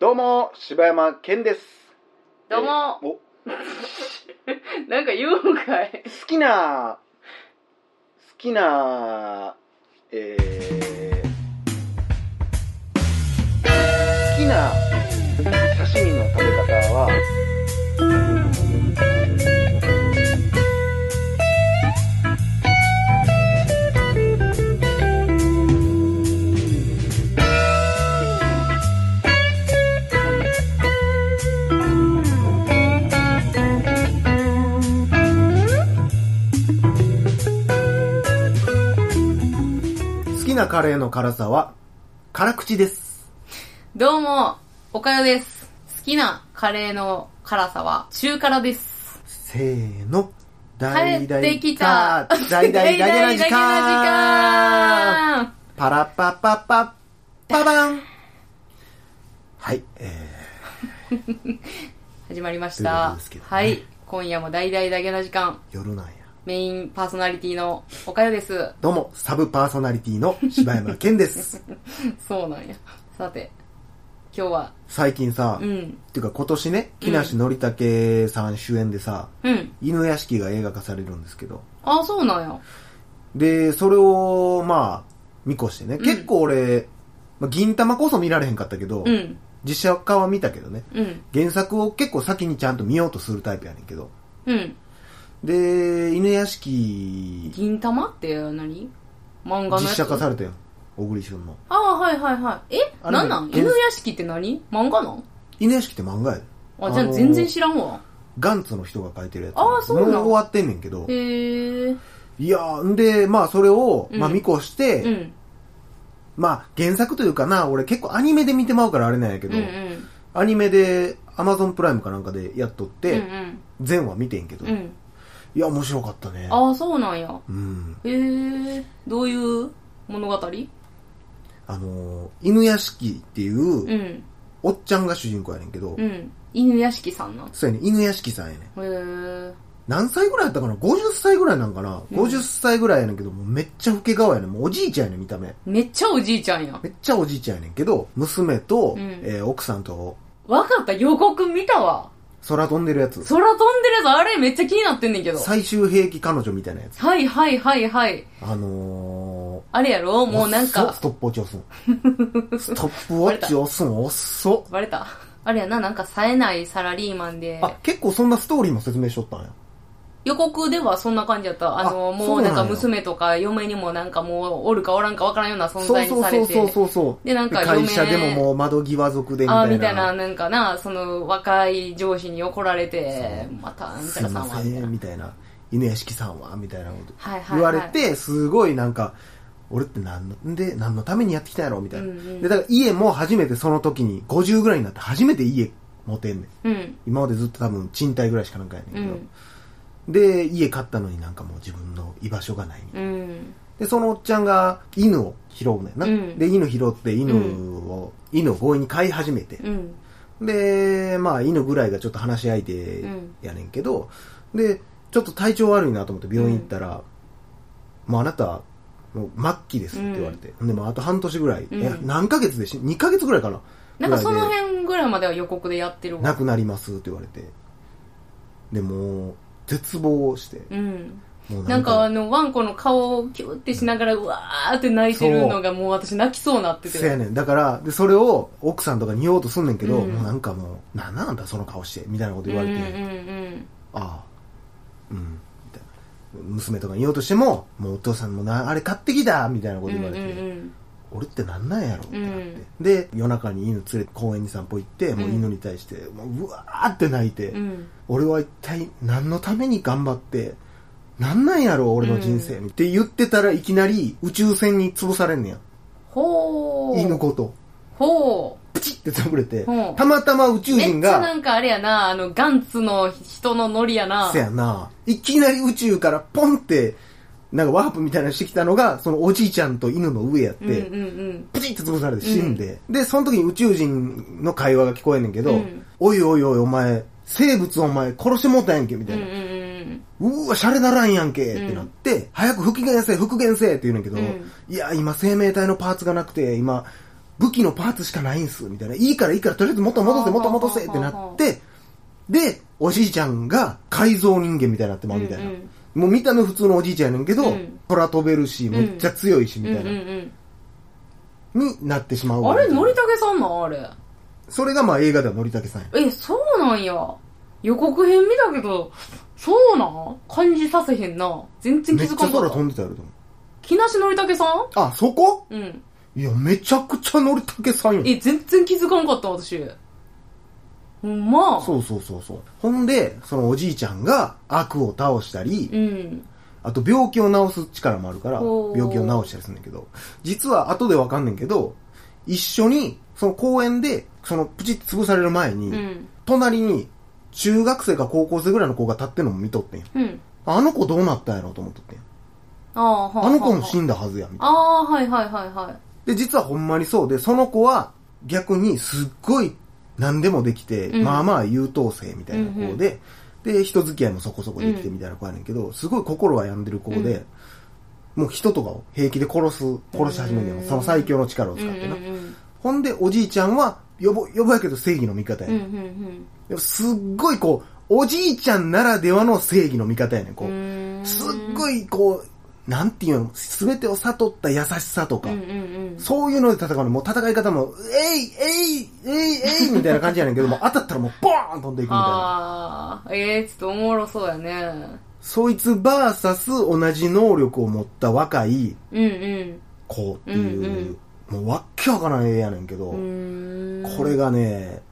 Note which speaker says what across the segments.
Speaker 1: うも柴山健です
Speaker 2: どうも
Speaker 1: えーお好
Speaker 2: なんか言うんかい。
Speaker 1: きな好きなえー、好きな刺身の食べ方は
Speaker 3: 好きなカレーの辛さは、辛口です。
Speaker 2: どうも、おかよです。好きなカレーの辛さは中辛です。
Speaker 3: せーの。
Speaker 2: 帰ってきた。
Speaker 3: 大々大々な時間
Speaker 2: 大々大々な時間
Speaker 3: パラッパッパッパッパバンはい、え
Speaker 2: 始まりまし
Speaker 3: というこ
Speaker 2: た
Speaker 3: とですけ。どね
Speaker 2: はい。今夜も大々だけな時間。
Speaker 3: ー、夜なんや。
Speaker 2: メインパーソナリティのおかよです。
Speaker 3: どうも、サブパーソナリティの柴山健です。
Speaker 2: そうなんや。さて、今日は、
Speaker 3: 最近さ、
Speaker 2: う
Speaker 3: っ
Speaker 2: ん、
Speaker 3: ていうか今年ね、木梨憲武さん主演でさ、
Speaker 2: うん。
Speaker 3: 犬屋敷が映画化されるんですけど、
Speaker 2: ああ、そうなんや。
Speaker 3: で、それを、まあ、見越してね、
Speaker 2: ん
Speaker 3: 結構俺、まあ銀玉こそ見られへんかったけど、
Speaker 2: うん、
Speaker 3: 実写化は見たけどね、
Speaker 2: うん、
Speaker 3: 原作を結構先にちゃんと見ようとするタイプやねんけど、
Speaker 2: うん。
Speaker 3: で、犬屋敷、
Speaker 2: 銀玉って何漫画のやつ
Speaker 3: 実写化されたよ。小栗旬の。
Speaker 2: ああ、はいはいはい。え
Speaker 3: あれ
Speaker 2: なんなん
Speaker 3: 原
Speaker 2: 犬屋敷って何漫画なん
Speaker 3: 犬屋敷って漫画やで。
Speaker 2: あ、じゃ
Speaker 3: あ
Speaker 2: あ
Speaker 3: のー
Speaker 2: 全然知らんわ。
Speaker 3: ガンツの人が書いてるやつ。
Speaker 2: あーそうなん
Speaker 3: もう終わってんねんけど。
Speaker 2: へえ。
Speaker 3: いやー、んで、まあそれを、
Speaker 2: うん
Speaker 3: まあ見越して、
Speaker 2: うん。
Speaker 3: まあ原作というかな、俺結構アニメで見てまうからあれなんやけ
Speaker 2: うん
Speaker 3: ど、
Speaker 2: うん。
Speaker 3: アニメで Amazon プライムかなんかでやっとっ
Speaker 2: うんう
Speaker 3: て、
Speaker 2: ん。
Speaker 3: 全話見てんけど、
Speaker 2: う
Speaker 3: い
Speaker 2: ん。
Speaker 3: や、面白かったね。
Speaker 2: ああ、そうなんや。
Speaker 3: うん。
Speaker 2: へえ。どういう物語
Speaker 3: あのー犬屋敷っていうう、
Speaker 2: ん。
Speaker 3: おっちゃんが主人公やねんけど、
Speaker 2: うん。犬屋敷さんなん。へ
Speaker 3: そうやね、犬屋敷さんやね。
Speaker 2: え。
Speaker 3: 何歳ぐらいやったかな ?50 歳ぐらいなんかな、
Speaker 2: うん
Speaker 3: ?50 歳ぐらいやねんけど、もうめっちゃ老け顔やねん。もうおじいちゃんやねん、見た目。
Speaker 2: めっちゃおじいちゃんや。
Speaker 3: めっちゃおじいちゃんやねんけど、娘と、
Speaker 2: うん
Speaker 3: えー奥さんと、
Speaker 2: わかった、予告見たわ。
Speaker 3: 空飛んでるやつ。
Speaker 2: 空飛んでるやつ、あれめっちゃ気になってんねんけど。
Speaker 3: 最終兵器彼女みたいなやつ。
Speaker 2: はいはいはいはい。
Speaker 3: あの
Speaker 2: あれやろ
Speaker 3: ー、
Speaker 2: もうなん
Speaker 3: 遅っ
Speaker 2: か
Speaker 3: ス、トップウォッチ押 すん。ストップウォッチ押すん、遅っ。
Speaker 2: バレた。あれやな、なんか冴えないサラリーマンで。
Speaker 3: あ、結構そんなストーリーも説明しとったんや。
Speaker 2: 予告ではそんな感じやった。あの、
Speaker 3: あ
Speaker 2: もう
Speaker 3: そう
Speaker 2: な
Speaker 3: なんん
Speaker 2: か
Speaker 3: や
Speaker 2: 娘とか嫁にもなんかもうおるかおらんかわからんような存在
Speaker 3: そ
Speaker 2: に
Speaker 3: う
Speaker 2: さ
Speaker 3: そ
Speaker 2: れ
Speaker 3: うそう
Speaker 2: て。
Speaker 3: そうそう。
Speaker 2: でなんか
Speaker 3: で会社で
Speaker 2: 嫁
Speaker 3: ももう窓際族でみ
Speaker 2: ああ、
Speaker 3: たいな。
Speaker 2: みたいな、なんかな、その若い上司に怒られて、また、み
Speaker 3: す
Speaker 2: た
Speaker 3: い
Speaker 2: いなさ
Speaker 3: ま
Speaker 2: んは、
Speaker 3: せ、
Speaker 2: みたいなん
Speaker 3: みたいな。犬屋敷さんはみたいなこと
Speaker 2: はいはい
Speaker 3: 言
Speaker 2: は
Speaker 3: わ
Speaker 2: い。
Speaker 3: れて、すごいなんか、俺って何の、で、何のためにやってきたんやろみたいな。
Speaker 2: うんうん
Speaker 3: で、だから家も初めてその時に、50ぐらいになって初めて家持てんねん。
Speaker 2: うん。
Speaker 3: 今までずっと多分賃貸ぐらいしかなんかやねん
Speaker 2: う
Speaker 3: けど。
Speaker 2: ん。
Speaker 3: で、家買ったのになんかもう自分の居場所がないみたいな。
Speaker 2: うん。
Speaker 3: で、そのおっちゃんが犬を拾うねんな。
Speaker 2: うん
Speaker 3: で、犬拾って犬を、犬を強引に飼い始めて。
Speaker 2: うん。
Speaker 3: で、まあ、犬ぐらいがちょっと話し相手やねんけど、で、ちょっと体調悪いなと思って病院行ったら、もうあなた、もう末期ですって言われて、でもあと半年ぐらい、
Speaker 2: うん
Speaker 3: いや何ヶ月でし、2ヶ月ぐらいかな。
Speaker 2: なんかそ
Speaker 3: ぐ
Speaker 2: の
Speaker 3: らい
Speaker 2: 辺ぐらいまでは予告でやってる
Speaker 3: で亡
Speaker 2: わ。
Speaker 3: くなりますって言われて、でもう、絶望して、
Speaker 2: うん。
Speaker 3: もう
Speaker 2: なんかあの、ワンコの顔をキューってしながら、うわーって泣いてるのがもう私泣きそうなってて。
Speaker 3: せやねん。だから、で、それを奥さんとかに言おうとすんねんけど、
Speaker 2: うん
Speaker 3: もうなんかもう、なんなんだその顔して、みたいなこと言われて、
Speaker 2: うんうんうん。
Speaker 3: ああうんみたいな娘とかに言おうとしてももうお父さんもなあれ買ってきたみたいなこと言われて、
Speaker 2: うんうんうん
Speaker 3: 俺ってなんなんやろってなって、
Speaker 2: うん
Speaker 3: で夜中に犬連れて公園に散歩行ってもう犬に対して、もううわーって泣いて、
Speaker 2: うん
Speaker 3: 俺は一体何のために頑張ってなんなんやろ俺の人生、って言ってたらいきなり宇宙船に潰されんねや
Speaker 2: ほう。
Speaker 3: 犬ごと
Speaker 2: ほ
Speaker 3: プチって潰れて
Speaker 2: ほう
Speaker 3: たまたま宇宙
Speaker 2: う。めっ
Speaker 3: 人
Speaker 2: ちゃな
Speaker 3: が
Speaker 2: んかあれやな、あの、ガンツの人のノリやな。
Speaker 3: せやないきなり宇宙からポンって、なんかワープみたいなのしてきたのが、そのおじいちゃんと犬の上やって、
Speaker 2: うんうんうん。
Speaker 3: プチって潰されて死んで、で、その時に宇宙人の会話が聞こえんねんけど、
Speaker 2: うん
Speaker 3: おいおいおいお前、生物お前殺してもうたやんけ、み
Speaker 2: う
Speaker 3: た
Speaker 2: ん
Speaker 3: いうな。
Speaker 2: んうん。
Speaker 3: うーわ、シャレならんやんけ、ってなって、早く復元せえ、復元せえって言うねんけど、
Speaker 2: うん
Speaker 3: いや、今生命体のパーツがなくて、今、武器のパーツしかないんす、みたいな。いいからいいから、とりあえず元戻せ、元戻せってなって、で、おじいちゃんが改造人間みたいになってまうみたいな。
Speaker 2: うんうん
Speaker 3: もう見た目普通のおじいちゃんやねんけど、
Speaker 2: うん
Speaker 3: 空飛べるし、めっちゃ強いし、み
Speaker 2: うん
Speaker 3: た
Speaker 2: う
Speaker 3: い
Speaker 2: ん
Speaker 3: な、
Speaker 2: うん。
Speaker 3: になってしまう
Speaker 2: あ
Speaker 3: わ
Speaker 2: れ、
Speaker 3: け
Speaker 2: のりたけさんなんあれ。
Speaker 3: それがまあ映画ではのりたけさんや。
Speaker 2: え、そうなんや。予告編見たけど、そうなん感じさせへんな。全然気
Speaker 3: めっ
Speaker 2: づ
Speaker 3: ちゃ
Speaker 2: か
Speaker 3: 空
Speaker 2: なかっ
Speaker 3: 飛
Speaker 2: た。
Speaker 3: んでたやろと思う。
Speaker 2: 木梨のりたけさん
Speaker 3: あ、そこ
Speaker 2: うん。
Speaker 3: いや、めちゃくちゃのりたけさんやん。
Speaker 2: え、全然気づかなかった、私。ほんま。
Speaker 3: そうそうそうそう。ほんで、そのおじいちゃんが悪を倒したり、
Speaker 2: うん。
Speaker 3: あと病気を治す力もあるから、
Speaker 2: ほう
Speaker 3: 病気を治したりするんだけど、実は後でわかんねんけど、一緒に、その公園で、そのプチって潰される前に、
Speaker 2: うん。
Speaker 3: 隣に中学生か高校生ぐらいの子が立ってんのも見とってん。
Speaker 2: うん。
Speaker 3: あの子どうなったんやろうと思っとってん。
Speaker 2: ああ、は
Speaker 3: あの子も死
Speaker 2: ん
Speaker 3: んだはずや、みたいな。
Speaker 2: ああー、はいはいはいはい。
Speaker 3: で、実はほんまにそうで、その子は逆にすっごい何でもできて、
Speaker 2: うん
Speaker 3: まあまあ優等生みたいな
Speaker 2: うんう
Speaker 3: 子
Speaker 2: ん
Speaker 3: で、で、人付き合いもそこそこできてみたいな子やねんけど、すごい心は病んでる子で、もう人とかを平気で殺す、殺し始めるの
Speaker 2: うん
Speaker 3: よ。その最強の力を
Speaker 2: うん
Speaker 3: 使
Speaker 2: う
Speaker 3: ってな。
Speaker 2: ん
Speaker 3: ほんで、おじいちゃんは、よぼ、よぼやけど正義の味方や
Speaker 2: うん。う
Speaker 3: ね
Speaker 2: ん
Speaker 3: ん。
Speaker 2: うん
Speaker 3: でもすっごいこう、おじいちゃんならではの正義の味方やねん、こ
Speaker 2: う
Speaker 3: う。
Speaker 2: ん。うーん。
Speaker 3: すっごいこう、なんていうの、すべてを悟った優しさとか、
Speaker 2: うんうん
Speaker 3: そういうので戦うの。もう戦い方も、えい、えい、えい、えい、みたいな感じやね んけども、当たったらもう、ボーン飛んでいくみたいな。
Speaker 2: ああ、ええー、ちょっとおもろそうやね。
Speaker 3: そいつバーサス同じ能力を持った若い
Speaker 2: うんうん。
Speaker 3: 子っていう、もうわっけわからん絵やねんけど、
Speaker 2: うーん。
Speaker 3: これがね、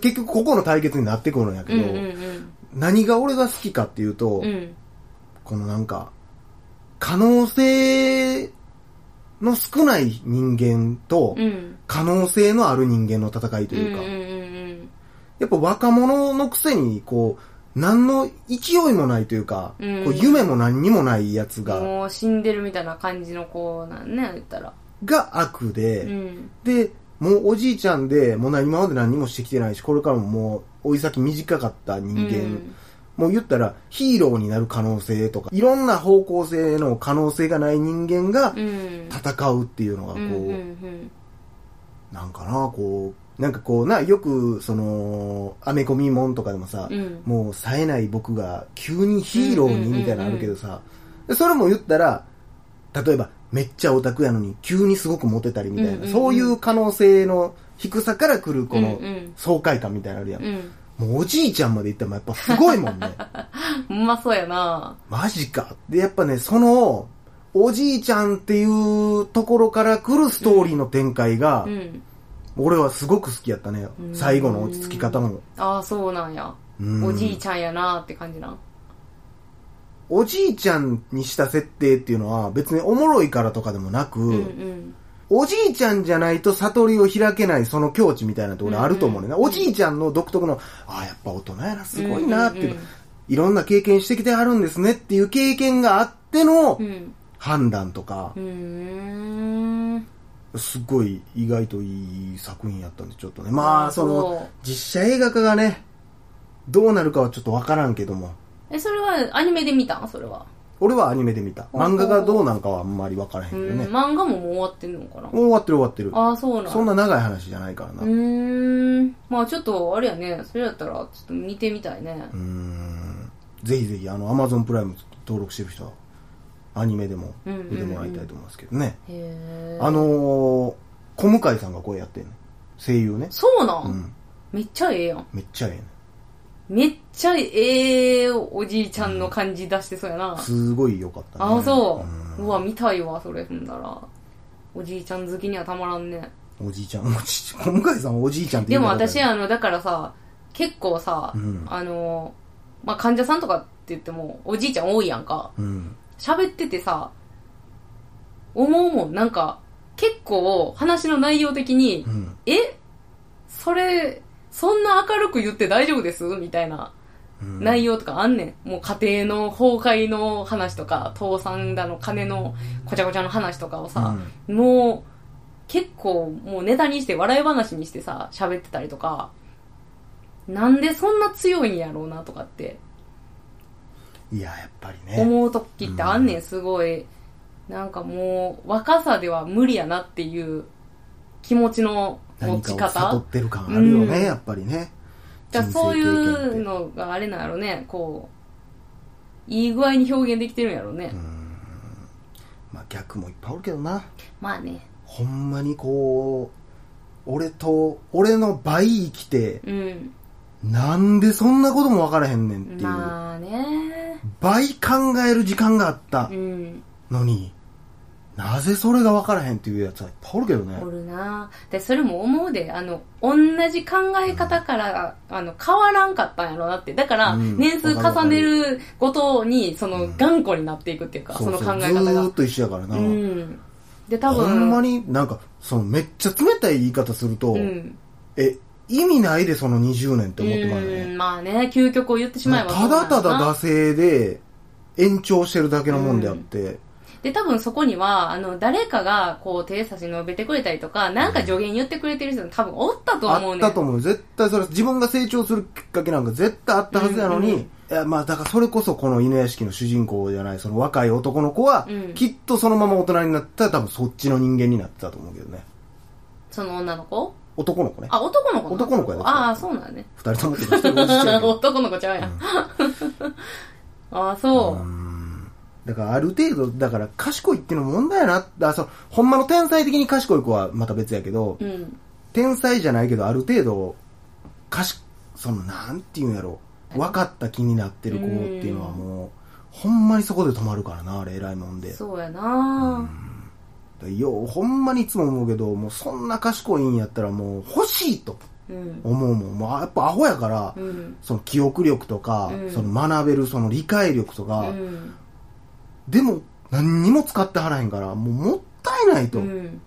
Speaker 3: 結局ここの対決になってくるんやけ
Speaker 2: うん
Speaker 3: ど、
Speaker 2: うんうん。
Speaker 3: 何が俺が好きかっていうと、
Speaker 2: うん。
Speaker 3: このなんか、可能性の少ない人間と、
Speaker 2: うん。
Speaker 3: 可能性のある人間の戦いと
Speaker 2: う
Speaker 3: いうんか、
Speaker 2: うん
Speaker 3: やっぱ若者のくせに、こう、何の勢いもないというか、
Speaker 2: うん
Speaker 3: こう夢も何にもないやつ
Speaker 2: うんうん。
Speaker 3: が、
Speaker 2: もう死んでるみたいな感じの子なんね、言ったら。
Speaker 3: が悪で、
Speaker 2: うん。
Speaker 3: で、もうおじいちゃんで、もうな今まで何もしてきてないし、これからももう、追い先短かった人間、
Speaker 2: うん
Speaker 3: もう言ったらヒーローになる可能性とか、いろんな方向性の可能性がない人間が
Speaker 2: うん。
Speaker 3: 戦うっていうのが、こう、
Speaker 2: うんうん
Speaker 3: なんかな、こう、なんかこうな、よく、その、アメコミもんとかでもさ、
Speaker 2: うん。うん。
Speaker 3: もう冴えない僕が急にヒーロー
Speaker 2: うんうんうんう
Speaker 3: に
Speaker 2: ん
Speaker 3: みたいなのあるけどさ、でそれも言ったら、例えばめっちゃオタクやのに急にすごくモテたりみたいな、
Speaker 2: うんうんうん
Speaker 3: そういう可能性の低さから来るこの
Speaker 2: うんうん
Speaker 3: 爽快感みたいなのあるやん。
Speaker 2: うん。
Speaker 3: もうおじいちゃんまで行ったらやっぱすごいも んね。
Speaker 2: ほんまそうやな。
Speaker 3: マジか。で、やっぱね、その、おじいちゃんっていうところから来るストーリーの展開が、
Speaker 2: うん。
Speaker 3: 俺はすごく好きやったね。
Speaker 2: うん
Speaker 3: 最後の落ち着き方も。
Speaker 2: ああ、そうなんや。
Speaker 3: うん
Speaker 2: おじいちゃんやなって感じなん。
Speaker 3: おじいちゃんにした設定っていうのは別におもろいからとかでもなく、
Speaker 2: うんうん。
Speaker 3: おじいちゃんじゃないと悟りを開けないその境地みたいなところあると思うねんな、
Speaker 2: うんうん
Speaker 3: おじいちゃんの独特の、ああ、やっぱ大人やな、すごいなっていうか、
Speaker 2: うんうんうん
Speaker 3: いろんな経験してきてあるんですねっていう経験があっての
Speaker 2: うん。
Speaker 3: 判断とか
Speaker 2: う、ーん。
Speaker 3: すごい意外といい作品やったんでちょっとね。ま
Speaker 2: あー
Speaker 3: あ、そ
Speaker 2: そう
Speaker 3: の、実写映画化がね、どうなるかはちょっとわからんけども、
Speaker 2: え、それはアニメで見たんそれは。
Speaker 3: 俺はアニメで見た。漫画がどうなんかはあんまりわからへん
Speaker 2: う
Speaker 3: け
Speaker 2: ん
Speaker 3: どね。。
Speaker 2: 漫画ももう終わってんのかな
Speaker 3: もう終わってる終わってる。
Speaker 2: ああ、そうなん
Speaker 3: そんな長い話じゃないからな。
Speaker 2: うーん。まあちょっと、あれやね。それやったら、ちょっと見てみたいね。
Speaker 3: うーんぜひぜひ、あの、アマゾンプライム登録してる人は、アニメでも
Speaker 2: うんうんうん
Speaker 3: 見てもらいたいと思いますけどね。
Speaker 2: へえ。
Speaker 3: あのー、小向井さんが声やってんね声優ね。
Speaker 2: そうなん、
Speaker 3: うん。
Speaker 2: めっちゃええやん。
Speaker 3: めっちゃええね
Speaker 2: めっちゃええおじいちゃんの感じ出してそうやな。
Speaker 3: すごい良かったね。
Speaker 2: ああ、そ
Speaker 3: ん
Speaker 2: う。うわ、見たいわ、それ、ほんなら。おじいちゃん好きにはたまらんね。
Speaker 3: おじいちゃん、おじいちゃん、小向井さんはおじいちゃんって
Speaker 2: で
Speaker 3: 言う
Speaker 2: も
Speaker 3: のか
Speaker 2: 私、あの、だからさ、結構さ、
Speaker 3: うん
Speaker 2: あの、まあ、患者さんとかって言っても、おじいちゃん多いやんか。
Speaker 3: うん。
Speaker 2: 喋っててさ、思うもん、なんか、結構、話の内容的に
Speaker 3: う、ん。
Speaker 2: えそれ、そんな明るく言って大丈夫ですみたいな
Speaker 3: うん
Speaker 2: 内容とかあんねん。もう家庭の崩壊の話とか、倒産だの金のこちゃこちゃの話とかをさ、もう、結構もうネタにして笑い話にしてさ、喋ってたりとか、なんでそんな強いんやろうなとかって
Speaker 3: いや、やっぱりね。
Speaker 2: 思う時ってあんねん、すごい。なんかもう若さでは無理やなっていう気持ちの持
Speaker 3: 何か
Speaker 2: ち
Speaker 3: を悟
Speaker 2: 方
Speaker 3: ってる感あるよね、
Speaker 2: うん
Speaker 3: やっぱりね。
Speaker 2: じゃあそうい
Speaker 3: 人生経験って
Speaker 2: うのがあれなんやろね、こう、いい具合に表現できてるんやろね。
Speaker 3: まあ逆もいっぱいおるけどな。
Speaker 2: まあね。
Speaker 3: ほんまにこう、俺と、俺の倍生きて、
Speaker 2: うん。
Speaker 3: なんでそんなこともわからへんねんっていう、
Speaker 2: まあね。
Speaker 3: 倍考える時間があった
Speaker 2: うん。
Speaker 3: のに、なぜそれがわからへんっていうやつはいっぱいおるけどね
Speaker 2: お。るなで、それも思うで、あの、同じ考え方から、あの、変わらんかったんやろなって。だから、
Speaker 3: うん
Speaker 2: 年数重ねるごとに、その、
Speaker 3: ん
Speaker 2: 頑固になっていくっていうか、その考え方
Speaker 3: ずー
Speaker 2: が
Speaker 3: っ。と一緒やからな。
Speaker 2: うん。で、多分、
Speaker 3: ほんまになんか、そのめっちゃ冷たい言い方すると、
Speaker 2: うん。
Speaker 3: え、意味ないでその20年って思ってまうよ
Speaker 2: う
Speaker 3: ね。
Speaker 2: んまあね、究極を言ってしまえば
Speaker 3: ただただ惰
Speaker 2: だ
Speaker 3: 性で延長してるだけのもんであって、
Speaker 2: で、多分そこには、あの、誰かが、こう、手差し伸べてくれたりとか、なんか助言言ってくれてる人も多分おったと思
Speaker 3: あ
Speaker 2: う
Speaker 3: っ
Speaker 2: ね。
Speaker 3: たと思う。絶対それ、自分が成長するきっかけなんか絶対あったはずやのに、
Speaker 2: うんうん
Speaker 3: いや、まあだからそれこそこの犬屋敷の主人公じゃない、その若い男の子は、
Speaker 2: うん
Speaker 3: きっとそのまま大人になったら多分そっちの人間になってたと思うけどね。
Speaker 2: その女の子
Speaker 3: 男の子ね。
Speaker 2: あ、男の子な
Speaker 3: 男の子やで
Speaker 2: ああ、そうなんだね。
Speaker 3: 二人ともって言ってた人 がおっしゃる
Speaker 2: 男の子ちゃうやん。 ああ、
Speaker 3: けど
Speaker 2: そうう。
Speaker 3: んだからある程度、だから賢いっていうのも問題やな。あ、そう、ほんまの天才的に賢い子はまた別やけど、
Speaker 2: うん。
Speaker 3: 天才じゃないけどある程度かしそのなんていうんやろ分かった気になってる子っていうのはもうほんまにそこで止まるからなあれ偉いもんで
Speaker 2: そうやな
Speaker 3: ようほんまにいつも思うけどもうそんな賢いんやったらもう欲しいと
Speaker 2: うん。
Speaker 3: 思うもんもうやっぱアホやから、
Speaker 2: うん。
Speaker 3: その記憶力とか、
Speaker 2: うん
Speaker 3: その学べるその理解力と
Speaker 2: う
Speaker 3: か、
Speaker 2: ん。
Speaker 3: でも何にも使ってはらへんからもうもったいないと、
Speaker 2: うん。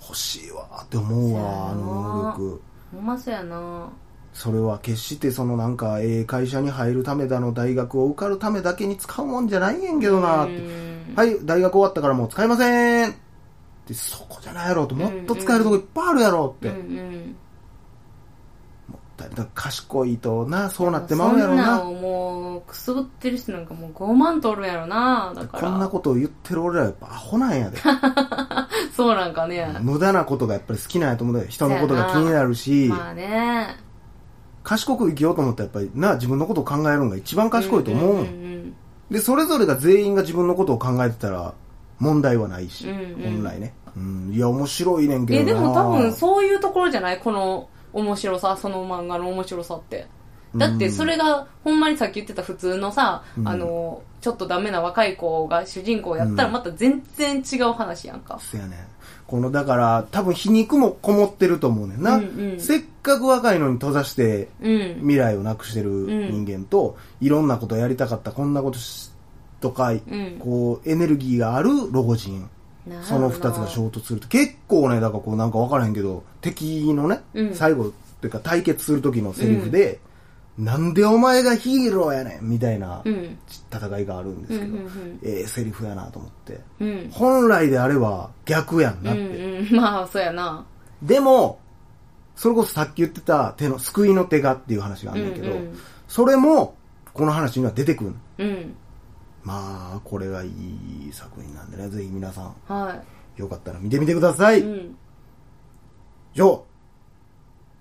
Speaker 3: 欲しいわって思うわあの能力
Speaker 2: ほんまそうやな
Speaker 3: それは決してそのなんか、ええ会社に入るためだの、大学を受かるためだけに使うもんじゃないんやけどなって、
Speaker 2: うん
Speaker 3: はい、大学終わったからもう使いませんって、そこじゃないやろと、もっと使えるとこいっぱいあるやろって。
Speaker 2: うんうん。
Speaker 3: だから賢いとな、そうなってまうやろ
Speaker 2: そんな
Speaker 3: な。
Speaker 2: んをもう、くすぶってる人なんかもう5万とおるやろなだから。
Speaker 3: こんなことを言ってる俺らやっぱアホなんやで。
Speaker 2: そうなんかね。
Speaker 3: 無駄なことがやっぱり好きなんやと思うで、人のことが気になるし、
Speaker 2: まあね。
Speaker 3: 賢く生きようと思ったらやっぱりな、自分のことを考えるのが一番賢いと思うもん。
Speaker 2: んん
Speaker 3: で、それぞれが全員が自分のことを考えてたら、問題はないし、
Speaker 2: うんうん
Speaker 3: 本来ね。うん、いや、面白いねん
Speaker 2: うん
Speaker 3: けど
Speaker 2: え、
Speaker 3: な。
Speaker 2: でも多分そういうところじゃないこの面白さ、その漫画の面白さって。だってそれが、ほんまにさっき言ってた普通のさ、
Speaker 3: うん
Speaker 2: あの、ちょっとダメな若い子が主人公やったら
Speaker 3: うん
Speaker 2: また全然違う話やんか。
Speaker 3: そやねんこの、だから、多分皮肉もこもってると思うねんな。
Speaker 2: うんうん
Speaker 3: せっかく若いのに閉ざして、
Speaker 2: うん。
Speaker 3: 未来をなくしてる人間と、いろんなことやりたかった、こんなことし、とか、
Speaker 2: ん
Speaker 3: こう、エネルギーがある老人。
Speaker 2: なるほ
Speaker 3: そ
Speaker 2: ど
Speaker 3: の二つが衝突すると、結構ね、だからこうなんかわからへんけど、敵のね、
Speaker 2: うん
Speaker 3: 最後っていうか対決する時のセリフで、なんでお前がヒーローやねんみたいな
Speaker 2: うん。
Speaker 3: 戦いがあるんですけど、
Speaker 2: うんうんうん
Speaker 3: ええセリフやなと思って。
Speaker 2: うん。
Speaker 3: 本来であれば逆やん
Speaker 2: う
Speaker 3: なって。
Speaker 2: んうん。まあ、そうやな。
Speaker 3: でも、それこそさっき言ってた手の、救いの手がっていう話があんねんけど、
Speaker 2: うんうん
Speaker 3: それも、この話には出てくる。
Speaker 2: うん。
Speaker 3: まあ、これがいい作品なんでね、ぜひ皆さん、
Speaker 2: は
Speaker 3: よかったら見てみてください。
Speaker 2: い。うん。
Speaker 3: 以上、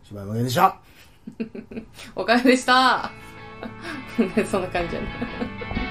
Speaker 3: 柴山健でした。
Speaker 2: おかえりでした。そんな感じやな。